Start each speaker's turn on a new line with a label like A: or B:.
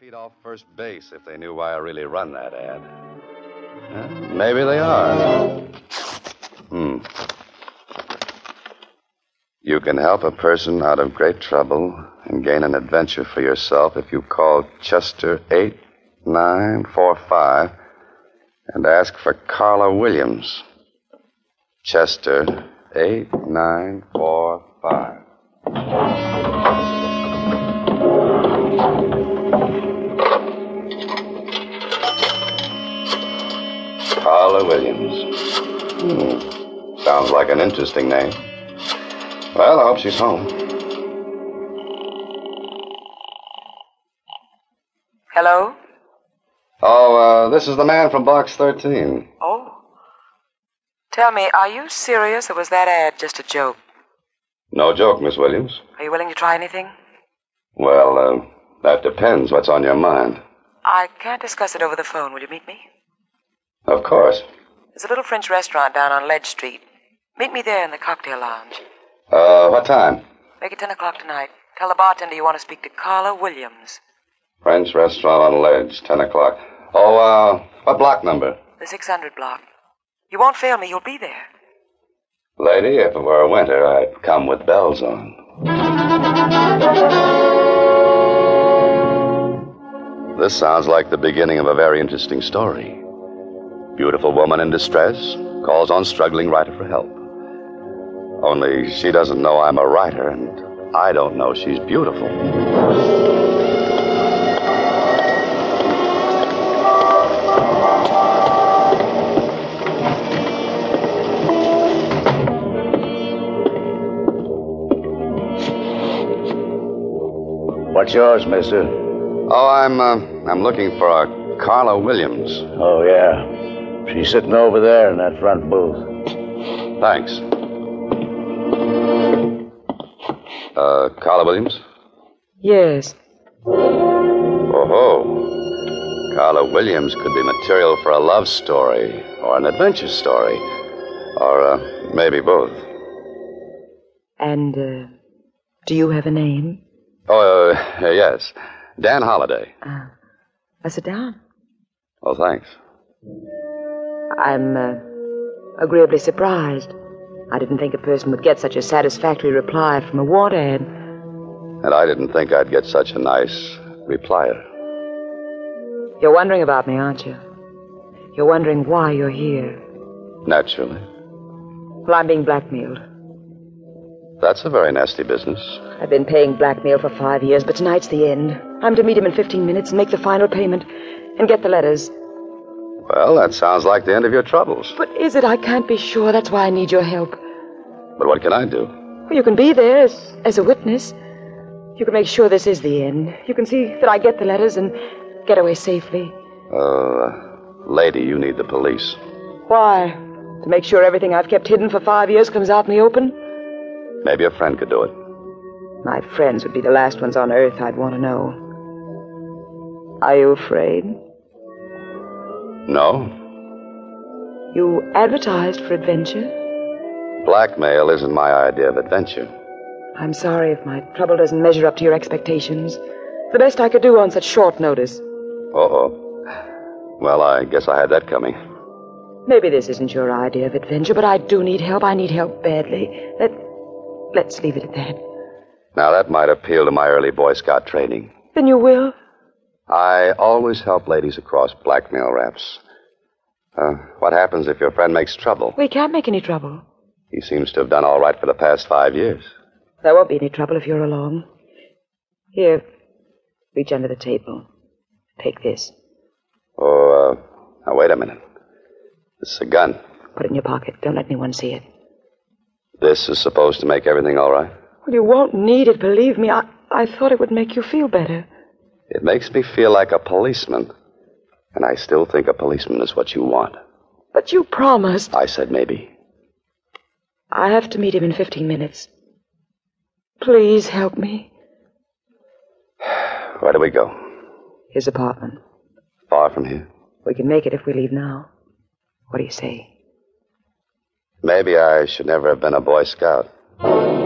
A: feet off first base if they knew why I really run that ad. Huh? Maybe they are. Hmm. You can help a person out of great trouble and gain an adventure for yourself if you call Chester 8945 and ask for Carla Williams. Chester 8945. Carla Williams. Hmm. Sounds like an interesting name. Well, I hope she's home.
B: Hello?
A: Oh, uh, this is the man from Box 13.
B: Oh. Tell me, are you serious or was that ad just a joke?
A: No joke, Miss Williams.
B: Are you willing to try anything?
A: Well, uh, that depends what's on your mind.
B: I can't discuss it over the phone. Will you meet me?
A: Of course.
B: There's a little French restaurant down on Ledge Street. Meet me there in the cocktail lounge.
A: Uh, what time?
B: Make it 10 o'clock tonight. Tell the bartender you want to speak to Carla Williams,
A: French restaurant on Ledge, 10 o'clock. Oh, uh, what block number?
B: the 600 block. You won't fail me. You'll be there.
A: Lady, if it were winter, I'd come with bells on. This sounds like the beginning of a very interesting story. Beautiful woman in distress calls on struggling writer for help. Only she doesn't know I'm a writer, and I don't know she's beautiful.
C: What's yours, mister?
A: Oh, I'm uh, I'm looking for a Carla Williams.
C: Oh, yeah. She's sitting over there in that front booth.
A: Thanks. Uh, Carla Williams?
B: Yes.
A: Oh ho. Carla Williams could be material for a love story or an adventure story. Or uh, maybe both.
B: And, uh, do you have a name?
A: Oh, uh, yes. Dan Holliday.
B: Uh, sit down.
A: Oh, thanks.
B: I'm uh, agreeably surprised. I didn't think a person would get such a satisfactory reply from a war ad.
A: And I didn't think I'd get such a nice replier.
B: You're wondering about me, aren't you? You're wondering why you're here.
A: Naturally.
B: Well, I'm being blackmailed.
A: That's a very nasty business.
B: I've been paying blackmail for five years, but tonight's the end. I'm to meet him in 15 minutes and make the final payment and get the letters.
A: Well, that sounds like the end of your troubles.
B: But is it? I can't be sure. That's why I need your help.
A: But what can I do?
B: Well, you can be there as, as a witness. You can make sure this is the end. You can see that I get the letters and get away safely.
A: Uh, lady, you need the police.
B: Why? To make sure everything I've kept hidden for five years comes out in the open?
A: Maybe a friend could do it.
B: My friends would be the last ones on earth I'd want to know. Are you afraid?
A: No?
B: You advertised for adventure.
A: Blackmail isn't my idea of adventure.
B: I'm sorry if my trouble doesn't measure up to your expectations. The best I could do on such short notice.
A: Uh oh. Well, I guess I had that coming.
B: Maybe this isn't your idea of adventure, but I do need help. I need help badly. Let, let's leave it at that.
A: Now, that might appeal to my early Boy Scout training.
B: Then you will?
A: I always help ladies across blackmail raps. Uh, what happens if your friend makes trouble?
B: We can't make any trouble.
A: He seems to have done all right for the past five years.
B: There won't be any trouble if you're along. Here, reach under the table. Take this.
A: Oh, uh, now wait a minute. This is a gun.
B: Put it in your pocket. Don't let anyone see it.
A: This is supposed to make everything all right.
B: Well, you won't need it, believe me. I, I thought it would make you feel better.
A: It makes me feel like a policeman. And I still think a policeman is what you want.
B: But you promised.
A: I said maybe.
B: I have to meet him in 15 minutes. Please help me.
A: Where do we go?
B: His apartment.
A: Far from here.
B: We can make it if we leave now. What do you say?
A: Maybe I should never have been a Boy Scout.